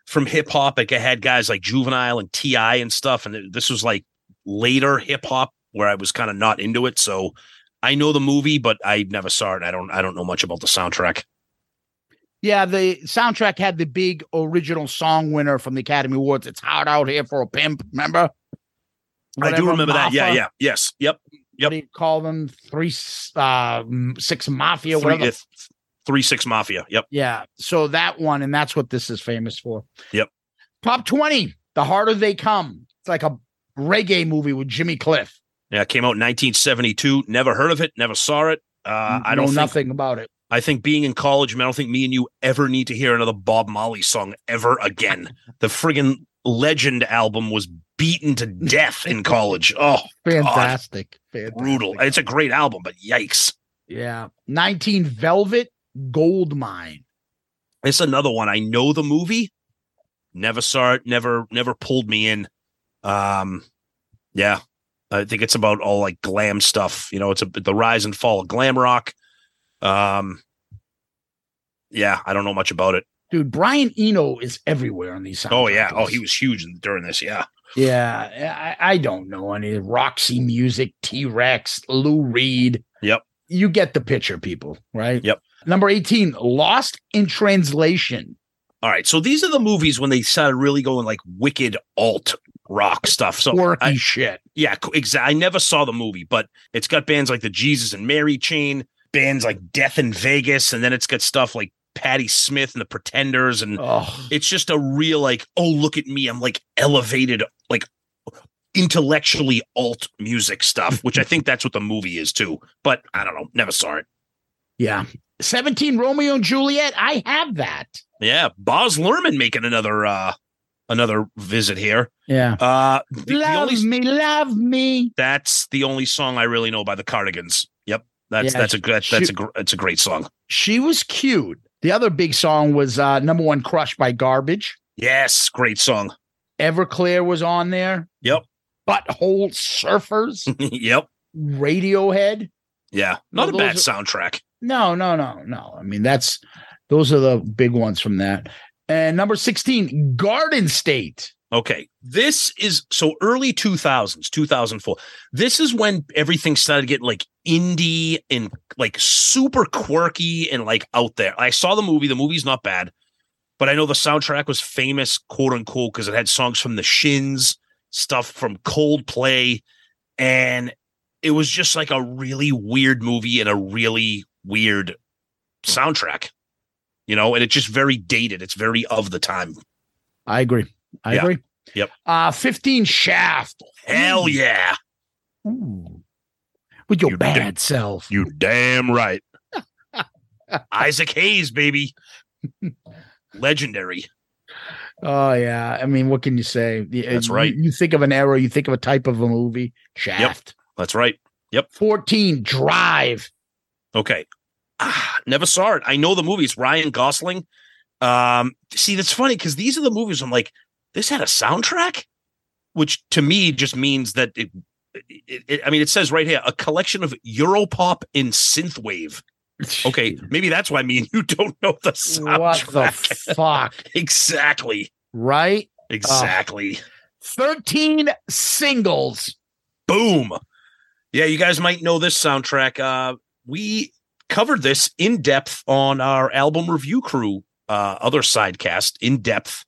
Speaker 3: from hip hop. Like I had guys like Juvenile and Ti and stuff, and th- this was like later hip hop where I was kind of not into it. So I know the movie, but I never saw it. I don't. I don't know much about the soundtrack.
Speaker 4: Yeah, the soundtrack had the big original song winner from the Academy Awards. It's hard out here for a pimp.
Speaker 3: I
Speaker 4: Remember?
Speaker 3: do
Speaker 4: Whatever,
Speaker 3: remember that. Yeah,
Speaker 4: Mafia,
Speaker 3: yeah, yes, yep.
Speaker 4: What do you call them? Three, s- uh, m- six mafia.
Speaker 3: Three,
Speaker 4: whatever. the
Speaker 3: uh, three Six Mafia. Yep.
Speaker 4: Yeah. So that one, and that's what this is famous for.
Speaker 3: Yep.
Speaker 4: Top 20, The Harder They Come. It's like a reggae movie with Jimmy Cliff.
Speaker 3: Yeah, it came out in 1972. Never heard of it. Never saw it. Uh, I
Speaker 4: know
Speaker 3: don't think
Speaker 4: nothing about it.
Speaker 3: I think being in college, man, I don't think me and you ever need to hear another Bob Marley song ever again. the friggin' Legend album was beaten to death in college. Oh,
Speaker 4: Fantastic.
Speaker 3: brutal.
Speaker 4: Fantastic.
Speaker 3: It's a great album, but yikes.
Speaker 4: Yeah. 19 Velvet Gold Mine.
Speaker 3: It's another one. I know the movie. Never saw it. Never, never pulled me in. Um, yeah, I think it's about all like glam stuff. You know, it's a, the rise and fall of glam rock. Um, yeah, I don't know much about it.
Speaker 4: Dude, Brian Eno is everywhere on these.
Speaker 3: Oh yeah.
Speaker 4: soundtrack
Speaker 3: Oh, he
Speaker 4: lists.
Speaker 3: was huge in- during this. Yeah.
Speaker 4: Yeah. I, I don't know any Roxy Music, T Rex, Lou Reed.
Speaker 3: Yep.
Speaker 4: You get the picture, people, right?
Speaker 3: Yep.
Speaker 4: Number 18, Lost in Translation.
Speaker 3: All right, so these are the movies when they started really going like wicked alt rock stuff. So
Speaker 4: quirky
Speaker 3: I,
Speaker 4: shit.
Speaker 3: yeah, exactly. I never saw the movie, but it's got bands like the Jesus and Mary Chain, bands like Death in Vegas, and then it's got stuff like Patti Smith and the Pretenders, and
Speaker 4: Oh,
Speaker 3: it's just a real like, oh look at me, I'm like elevated, like intellectually alt music stuff, which I think that's what the movie is too. But I don't know, never saw it.
Speaker 4: yeah. 17 Romeo and Juliet. I have that.
Speaker 3: Yeah, Boz Lerman making another uh another visit here.
Speaker 4: Yeah.
Speaker 3: Uh the- the
Speaker 4: love
Speaker 3: only-
Speaker 4: me, love me.
Speaker 3: that's the only song I really know by the Cardigans. Yep, that's
Speaker 4: Yeah,
Speaker 3: that's a that's, that's a
Speaker 4: shoot.
Speaker 3: gr- that's a great song.
Speaker 4: She was cute. The other big song was uh, number one crush by Garbage.
Speaker 3: Yes, great song.
Speaker 4: Everclear was on there.
Speaker 3: Yep.
Speaker 4: Butthole Surfers,
Speaker 3: yep,
Speaker 4: Radiohead.
Speaker 3: yeah, not
Speaker 4: Well,
Speaker 3: a bad
Speaker 4: those
Speaker 3: soundtrack.
Speaker 4: No, no, no, no. I mean, that's those are the big ones from that. And number 16, Garden State.
Speaker 3: Okay, this is so early two thousands, two thousand four. This is when everything started getting like indie and like super quirky and like out there. I saw the movie. The movie's not bad, but I know the soundtrack was famous, quote unquote, because it had songs from the Shins, stuff from Coldplay, and it was just like a really weird movie and a really weird soundtrack. You know, and it's just very dated. It's very of the time.
Speaker 4: I agree. I
Speaker 3: Yeah.
Speaker 4: agree.
Speaker 3: Yep.
Speaker 4: Uh, 15 Shaft.
Speaker 3: Hell
Speaker 4: Ooh.
Speaker 3: yeah.
Speaker 4: Ooh. With your
Speaker 3: You
Speaker 4: bad
Speaker 3: did-
Speaker 4: self.
Speaker 3: You damn right. Isaac Hayes, baby. Legendary.
Speaker 4: Oh yeah. I mean, what can you say? Y- uh,
Speaker 3: That's
Speaker 4: you-
Speaker 3: right.
Speaker 4: You, think of an era, you think of a type of a movie. Shaft.
Speaker 3: That's right.
Speaker 4: 14 Drive.
Speaker 3: Okay. Ah, never saw it. I know the movie. It's Ryan Gosling. Um, see, that's funny because these are the movies I'm like, this had a soundtrack, which to me just means that it, it, it I mean, it says right here a collection of Europop and synthwave. Okay, maybe that's why me and you don't know the
Speaker 4: what the
Speaker 3: soundtrack.
Speaker 4: fuck?
Speaker 3: exactly,
Speaker 4: Right?
Speaker 3: exactly.
Speaker 4: 13 singles.
Speaker 3: Boom. Yeah, you guys might know this soundtrack. Uh, we covered this in depth on our album review crew, uh, other sidecast in depth.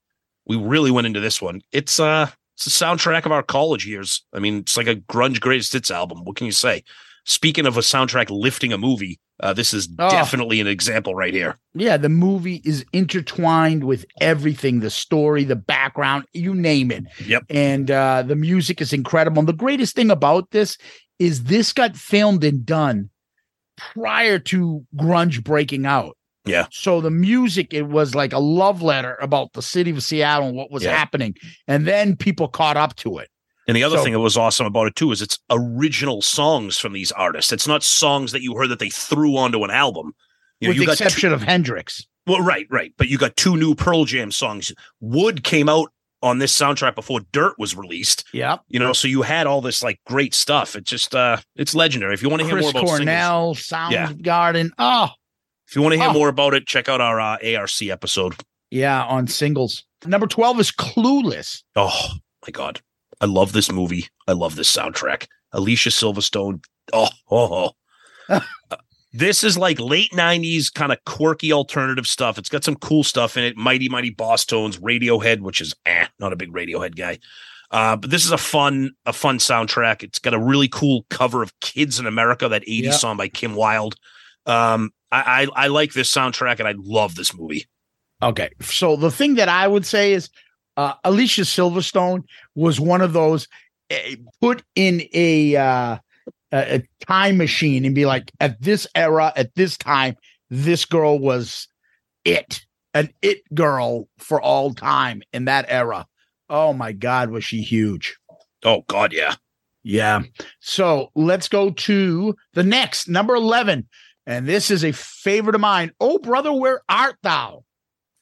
Speaker 3: We really went into this one. It's uh, it's the soundtrack of our college years. I mean, it's like a grunge greatest hits album. What can you say? Speaking of a soundtrack lifting a movie, uh, this is
Speaker 4: Oh.
Speaker 3: definitely an example right here.
Speaker 4: Yeah, the movie is intertwined with everything the story, the background, you name it.
Speaker 3: Yep.
Speaker 4: And uh, the music is incredible. And the greatest thing about this is this got filmed and done prior to grunge breaking out.
Speaker 3: Yeah.
Speaker 4: So the music, it was like a love letter about the city of Seattle and what was
Speaker 3: Yeah.
Speaker 4: happening. And then people caught up to it.
Speaker 3: And the other
Speaker 4: So-
Speaker 3: thing that was awesome about it too is it's original songs from these artists. It's not songs that you heard that they threw onto an album. You know,
Speaker 4: with
Speaker 3: you
Speaker 4: the
Speaker 3: got two,
Speaker 4: exception of Hendrix.
Speaker 3: well, right, right, but you got two new Pearl Jam songs. Wood came out on this soundtrack before Dirt was released.
Speaker 4: Yep.
Speaker 3: You know, so you had all this like great stuff. It just uh it's legendary. If you want to hear
Speaker 4: Chris
Speaker 3: more about singles,
Speaker 4: Cornell,
Speaker 3: Yeah.
Speaker 4: Soundgarden. Oh,
Speaker 3: if you want to hear
Speaker 4: Oh.
Speaker 3: more about it, check out our uh, ARC episode.
Speaker 4: yeah, on singles. Number 12 is Clueless.
Speaker 3: Oh my god. I love this movie. I love this soundtrack. Alicia Silverstone. Oh, oh, oh. Uh, this is like late 90s kind of quirky alternative stuff. It's got some cool stuff in it. Mighty Mighty Boss Tones, Radiohead, which is eh, not a big Radiohead guy. Uh, but this is a fun, a fun soundtrack. It's got a really cool cover of Kids in America, that 80s
Speaker 4: Yeah.
Speaker 3: song by Kim Wilde. Um, I, I I like this soundtrack and I love this movie.
Speaker 4: Okay. So the thing that I would say is uh, Alicia Silverstone was one of those eh, put in a, uh, a a time machine and be like, at this era, at this time, this girl was it, an it girl for all time in that era. Oh my God, was she huge!
Speaker 3: Oh god, yeah.
Speaker 4: Yeah. So let's go to the next number 11. And this is a favorite of mine. Oh, brother, where art thou?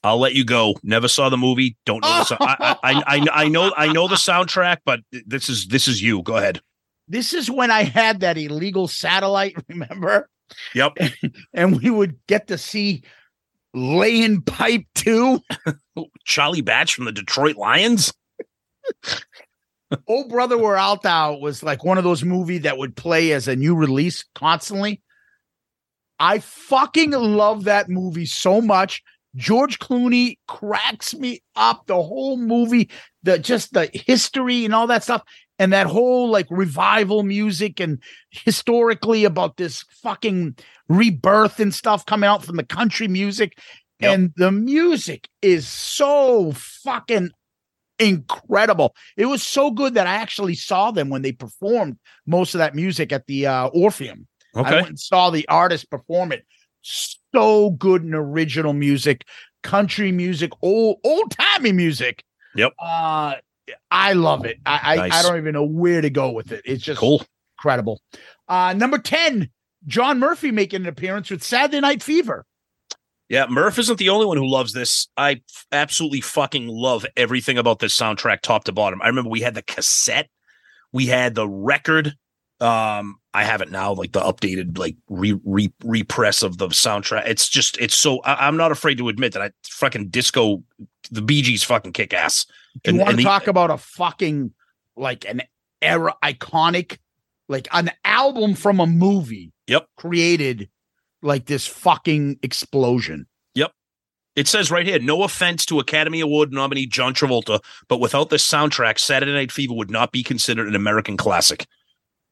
Speaker 3: I'll let you go. Never saw the movie. Don't know. The, so- I, I, I, I know. I know the soundtrack, but th- this is this is you. Go ahead.
Speaker 4: This is when I had that illegal satellite, remember?
Speaker 3: Yep.
Speaker 4: And we would get to see Laying Pipe 2.
Speaker 3: Charlie Batch from the Detroit Lions.
Speaker 4: oh, brother, where art thou was like one of those movies that would play as a new release constantly. I fucking love that movie so much. George Clooney cracks me up the whole movie, the just the history and all that stuff, and that whole like revival music and historically about this fucking rebirth and stuff coming out from the country music.
Speaker 3: Yep.
Speaker 4: And the music is so fucking incredible. It was so good that I actually saw them when they performed most of that music at the uh, Orpheum. I went and saw the artist perform it. So good in original music, country music, old old timey music.
Speaker 3: Yep.
Speaker 4: Uh, I love it. I, I I
Speaker 3: Nice.
Speaker 4: don't even know where to go with it. It's just
Speaker 3: Cool.
Speaker 4: incredible. Uh, number ten, John Murphy making an appearance with Saturday Night Fever.
Speaker 3: Yeah, Murph isn't the only one who loves this. I f- absolutely fucking love everything about this soundtrack, top to bottom. I remember we had the cassette, we had the record. Um, I have it now, like the updated, like re, re repress of the soundtrack. It's just, it's so. I, I'm not afraid to admit that I fucking disco, the Bee Gees fucking kick ass.
Speaker 4: Do you
Speaker 3: And-
Speaker 4: want
Speaker 3: and
Speaker 4: to
Speaker 3: the-
Speaker 4: talk about a fucking like an era iconic, like an album from a movie?
Speaker 3: Yep.
Speaker 4: Created like this fucking explosion.
Speaker 3: It says right here, no offense to Academy Award nominee John Travolta, but without this soundtrack, Saturday Night Fever would not be considered an American classic.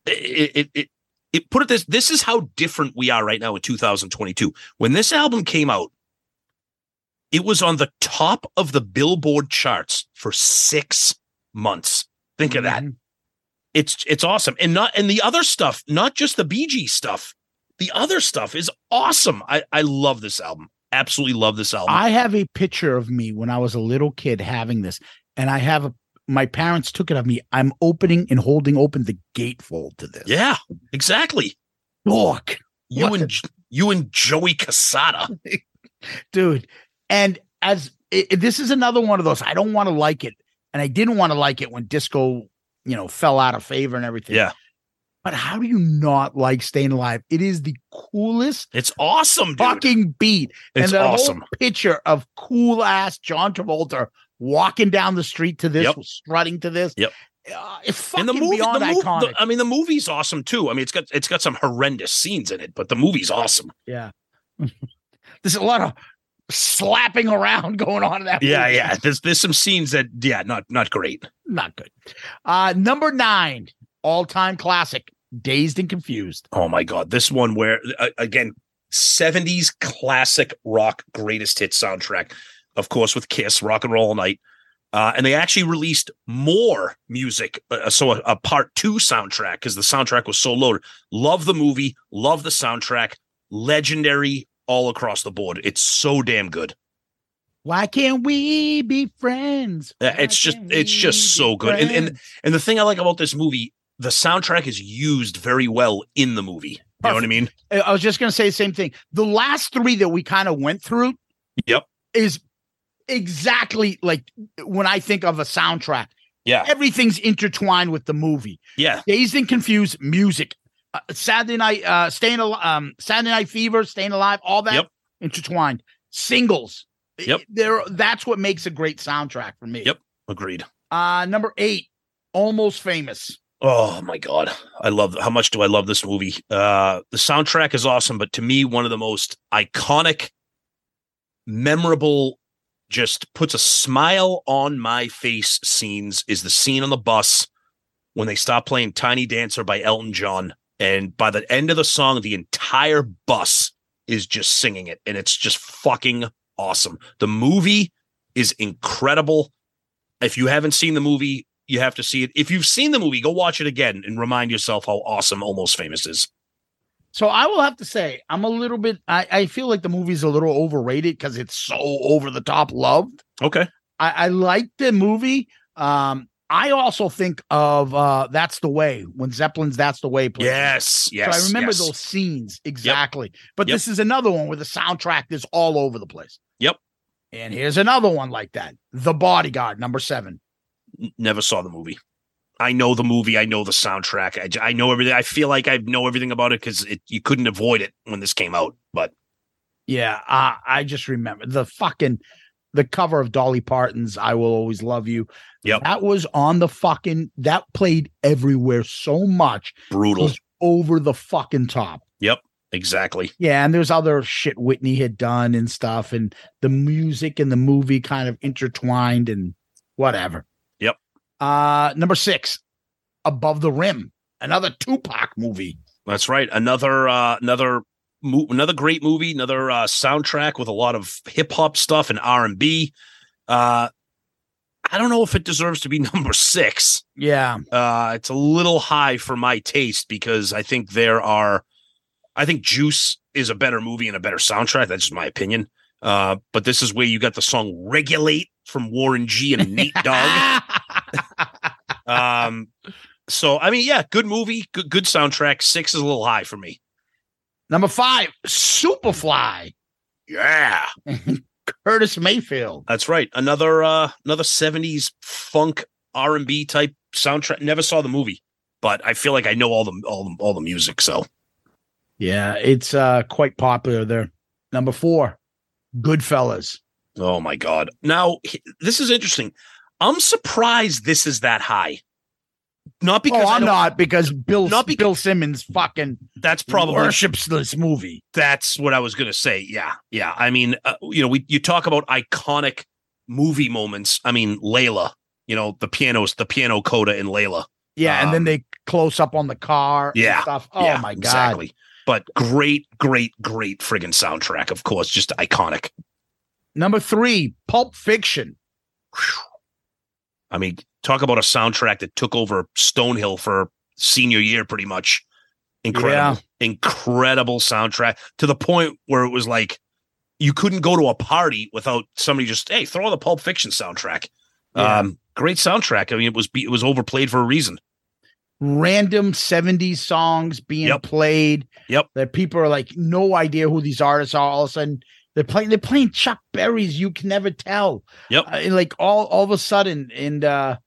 Speaker 3: It, it, it, it put it this this is how different we are right now in 2022. When this album came out, it was on the top of the Billboard charts for six months. Think of
Speaker 4: Mm-hmm.
Speaker 3: that. It's it's awesome. And not and the other stuff, not just the Bee Gees stuff. The other stuff is awesome. I, I love this album. Absolutely love this album.
Speaker 4: I have a picture of me when I was a little kid having this, and I have a, my parents took it of me. I'm opening and holding open the gatefold to this.
Speaker 3: Yeah, exactly.
Speaker 4: Dork,
Speaker 3: You
Speaker 4: What
Speaker 3: and you and Joey Casada.
Speaker 4: dude. And as i i- this is another one of those, I don't want to like it, and I didn't want to like it when disco, you know, fell out of favor and everything.
Speaker 3: Yeah.
Speaker 4: But how do you not like staying alive? It is the coolest
Speaker 3: It's awesome, dude.
Speaker 4: fucking beat.
Speaker 3: it's
Speaker 4: and the
Speaker 3: awesome.
Speaker 4: whole picture of cool ass John Travolta walking down the street to this,
Speaker 3: Yep.
Speaker 4: strutting to this.
Speaker 3: Yep.
Speaker 4: Uh, it's fucking
Speaker 3: And the movie,
Speaker 4: beyond
Speaker 3: the uh, movie
Speaker 4: iconic.
Speaker 3: the- I mean, the movie's awesome too. I mean, it's got it's got some horrendous scenes in it, but the movie's awesome.
Speaker 4: yeah. There's a lot of slapping around going on in that.
Speaker 3: Yeah,
Speaker 4: movie.
Speaker 3: yeah. There's there's some scenes that yeah, not not great.
Speaker 4: Not good. Uh, number nine, all time classic, Dazed and Confused.
Speaker 3: Oh my god, this one where uh, again, 70s classic rock greatest hit soundtrack, of course with Kiss, Rock and Roll All Night. Uh, and they actually released more music, uh, so a, a part two soundtrack because the soundtrack was so loaded. Love the movie, love the soundtrack, legendary, all across the board. It's so damn good.
Speaker 4: Why can't we be friends?
Speaker 3: Uh,
Speaker 4: Why
Speaker 3: It's just
Speaker 4: can't
Speaker 3: it's
Speaker 4: we
Speaker 3: just
Speaker 4: be
Speaker 3: so good. And and
Speaker 4: friends?
Speaker 3: and the thing I like about this movie, the soundtrack is used very well in the movie. You know what I mean?
Speaker 4: I Uh, I was just gonna say the same thing. The last three that we kind of went through,
Speaker 3: Yep.
Speaker 4: is exactly like when I think of a soundtrack.
Speaker 3: Yeah.
Speaker 4: Everything's intertwined with the movie.
Speaker 3: Yeah.
Speaker 4: Dazed and Confused music. Uh, Saturday night, uh, staying al- um, Saturday Night Fever, staying alive, all that
Speaker 3: Yep.
Speaker 4: intertwined. Singles.
Speaker 3: Yep.
Speaker 4: There, that's what makes a great soundtrack for me.
Speaker 3: Yep. Agreed.
Speaker 4: Uh, number eight, Almost Famous.
Speaker 3: Oh my god. I love how much do I love this movie? Uh the soundtrack is awesome, but to me one of the most iconic memorable just puts a smile on my face scenes is the scene on the bus when they stop playing Tiny Dancer by Elton John and by the end of the song the entire bus is just singing it and it's just fucking awesome. The movie is incredible. If you haven't seen the movie, you have to see it. If you've seen the movie, go watch it again and remind yourself how awesome Almost Famous is.
Speaker 4: So I will have to say, I'm a little bit, I, I feel like the movie's a little overrated because it's so over the top loved.
Speaker 3: Okay.
Speaker 4: I, I like the movie. Um, I also think of uh, That's the Way when Zeppelin's That's the Way plays.
Speaker 3: Yes. Yes.
Speaker 4: so I remember
Speaker 3: yes.
Speaker 4: those scenes exactly. But
Speaker 3: Yep.
Speaker 4: this is another one where the soundtrack is all over the place.
Speaker 3: Yep.
Speaker 4: And here's another one like that The Bodyguard, number seven.
Speaker 3: N- Never saw the movie. I know the movie. I know the soundtrack. I, j- I know everything. I feel like I know everything about it because it, you couldn't avoid it when this came out. But
Speaker 4: Yeah, uh, I just remember the fucking the cover of Dolly Parton's "I Will Always Love You."
Speaker 3: Yep.
Speaker 4: that was on the fucking that played everywhere so much
Speaker 3: brutal.
Speaker 4: Those- over the fucking top.
Speaker 3: Exactly.
Speaker 4: Yeah, and there's other shit Whitney had done and stuff, and the music and the movie kind of intertwined and whatever.
Speaker 3: Yep.
Speaker 4: Uh, number six, Above the Rim, another Tupac movie.
Speaker 3: That's right. Another uh, another mo- another great movie. Another uh, soundtrack with a lot of hip hop stuff and R and B. Uh, I don't know if it deserves to be number six.
Speaker 4: Yeah,
Speaker 3: uh it's a little high for my taste because i think there are i think juice is a better movie and a better soundtrack that's just my opinion uh but this is where you got the song regulate from warren g and nate dogg um so i mean yeah good movie good, good soundtrack six is a little high for me
Speaker 4: number five, Superfly,
Speaker 3: yeah
Speaker 4: Curtis Mayfield.
Speaker 3: that's right another uh another 70s funk r&b type soundtrack never saw the movie but i feel like i know all the all the, all the music so
Speaker 4: Yeah, it's uh quite popular there. Number four, Goodfellas.
Speaker 3: Oh my god. Now h- this is interesting. I'm surprised this is that high. Not because
Speaker 4: oh,
Speaker 3: I
Speaker 4: I'm
Speaker 3: don't-
Speaker 4: not because Bill
Speaker 3: Not beca-
Speaker 4: Bill Simmons fucking
Speaker 3: that's probably
Speaker 4: worships this movie.
Speaker 3: that's what I was going to say. Yeah. Yeah. I mean, uh, you know, we you talk about iconic movie moments. I mean, Layla, you know, the pianos, the piano coda in Layla.
Speaker 4: Yeah, and
Speaker 3: Um,
Speaker 4: then they close up on the car. and
Speaker 3: Yeah,
Speaker 4: stuff. Oh
Speaker 3: Yeah,
Speaker 4: my god.
Speaker 3: Exactly. But great, great, great friggin' soundtrack, of course, just iconic.
Speaker 4: Number three, Pulp Fiction.
Speaker 3: I mean, talk about a soundtrack that took over Stonehill for senior year, pretty much. Incredible, incredible soundtrack to the point where it was like you couldn't go to a party without somebody just hey throw on the Pulp Fiction soundtrack.
Speaker 4: Yeah.
Speaker 3: Um, great soundtrack. I mean, it was be- it was overplayed for a reason.
Speaker 4: Random 70s songs being
Speaker 3: Yep.
Speaker 4: played.
Speaker 3: Yep.
Speaker 4: That people are like, no idea who these artists are. All of a sudden, they're playing they're playing Chuck Berry's You Can Never Tell.
Speaker 3: Yep.
Speaker 4: Uh, and like all all of a sudden, and uh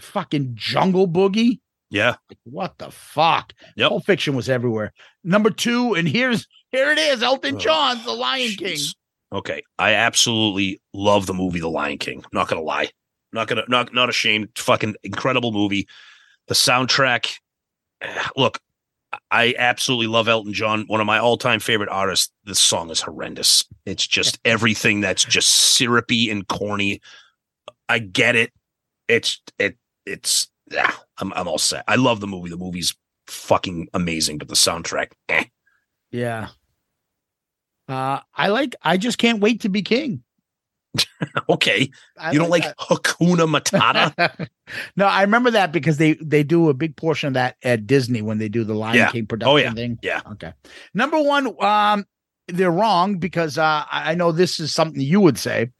Speaker 4: fucking jungle boogie.
Speaker 3: Yeah,
Speaker 4: What the fuck?
Speaker 3: Yep.
Speaker 4: Pulp Fiction was everywhere. Number two, and here's here it is, Elton
Speaker 3: Oh,
Speaker 4: John's The Lion King.
Speaker 3: Jeez. Okay, I absolutely love the movie The Lion King. I'm not gonna lie, not gonna not not ashamed. Fucking incredible movie. The soundtrack. eh, Look, I absolutely love Elton John, one of my all-time favorite artists. This song is horrendous. It's just everything that's just syrupy and corny. I get it. It's it it's. Yeah, I'm I'm all set. I love the movie. The movie's fucking amazing, but the soundtrack. eh.
Speaker 4: Yeah. Uh, I like. I just can't wait to be king.
Speaker 3: Okay,
Speaker 4: I
Speaker 3: you don't like Hakuna Matata.
Speaker 4: that. no, I remember that because they they do a big portion of that at Disney when they do the Lion
Speaker 3: Yeah.
Speaker 4: King production
Speaker 3: yeah.
Speaker 4: thing.
Speaker 3: Yeah.
Speaker 4: Okay. Number one, um, they're wrong because uh, I I know this is something you would say.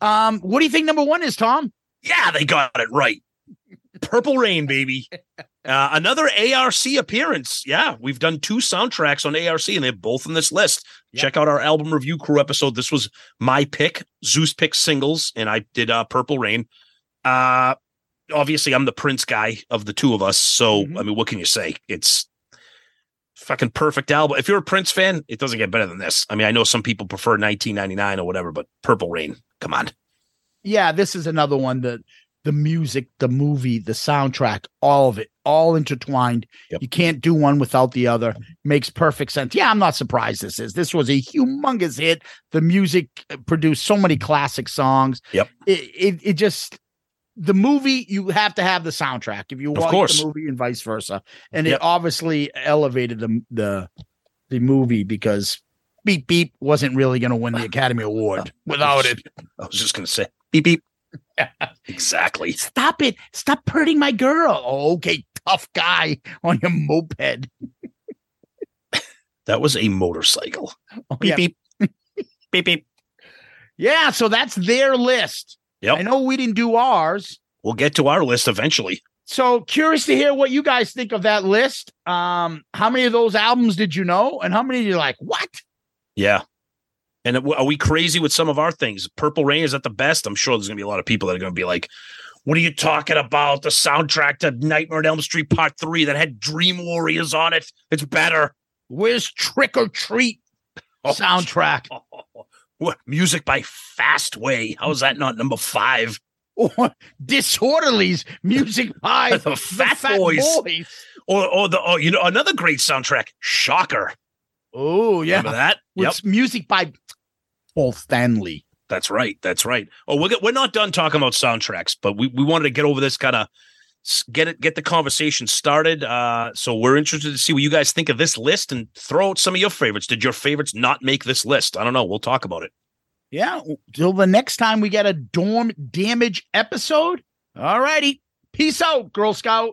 Speaker 4: Um, what do you think number one is, Tom?
Speaker 3: Yeah, they got it right. Purple Rain, baby. Uh, another ARC appearance. Yeah, we've done two soundtracks on ARC, and they're both on this list.
Speaker 4: Yeah.
Speaker 3: Check out our album review crew episode. This was my pick. Zeus picked singles, and I did uh, Purple Rain. Uh, obviously, I'm the Prince guy of the two of us. So,
Speaker 4: Mhm.
Speaker 3: I mean, what can you say? It's fucking perfect album. If you're a Prince fan, it doesn't get better than this. I mean, I know some people prefer 1999 or whatever, but Purple Rain, come on.
Speaker 4: Yeah, this is another one that the music, the movie, the soundtrack, all of it, all intertwined.
Speaker 3: Yep.
Speaker 4: You can't do one without the other. Makes perfect sense. Yeah, I'm not surprised this is. This was a humongous hit. The music uh, produced so many classic songs.
Speaker 3: Yep.
Speaker 4: It it, it just the movie you have to have the soundtrack if you
Speaker 3: Of
Speaker 4: watch
Speaker 3: course.
Speaker 4: the movie and vice versa. And
Speaker 3: Yep.
Speaker 4: it obviously elevated the the the movie because Beep Beep wasn't really going to win the Academy Award without it.
Speaker 3: Oh, I was just going to say, beep, beep. exactly.
Speaker 4: Stop it. Stop hurting my girl. Oh, okay, tough guy on your moped.
Speaker 3: That was a motorcycle.
Speaker 4: Oh,
Speaker 3: Beep
Speaker 4: yeah.
Speaker 3: beep. beep beep.
Speaker 4: yeah, so that's their list.
Speaker 3: Yep.
Speaker 4: I know we didn't do ours.
Speaker 3: We'll get to our list eventually.
Speaker 4: So curious to hear what you guys think of that list. Um, how many of those albums did you know? And how many you're like, what?
Speaker 3: Yeah. And are we crazy with some of our things? Purple Rain is at the best. I'm sure there's going to be a lot of people that are going to be like, "What are you talking about? The soundtrack to Nightmare on Elm Street Part Three that had Dream Warriors on it. It's better."
Speaker 4: Where's Trick or Treat
Speaker 3: Oh,
Speaker 4: soundtrack?
Speaker 3: What music by Fastway? How is that not number five?
Speaker 4: Or Disorderlies music by
Speaker 3: The Fat Boys. Or or the oh, you know another great soundtrack, Shocker.
Speaker 4: Oh, yeah.
Speaker 3: Remember that? Yep.
Speaker 4: With music by Paul Stanley.
Speaker 3: That's right. That's right. Oh, we're, we're not done talking about soundtracks, but we, we wanted to get over this kind of get it, get the conversation started. Uh, so we're interested to see what you guys think of this list and throw out some of your favorites. Did your favorites not make this list? I don't know. We'll talk about it.
Speaker 4: Yeah. Till the next time we get a dorm damage episode. All righty. Peace out, Girl Scout.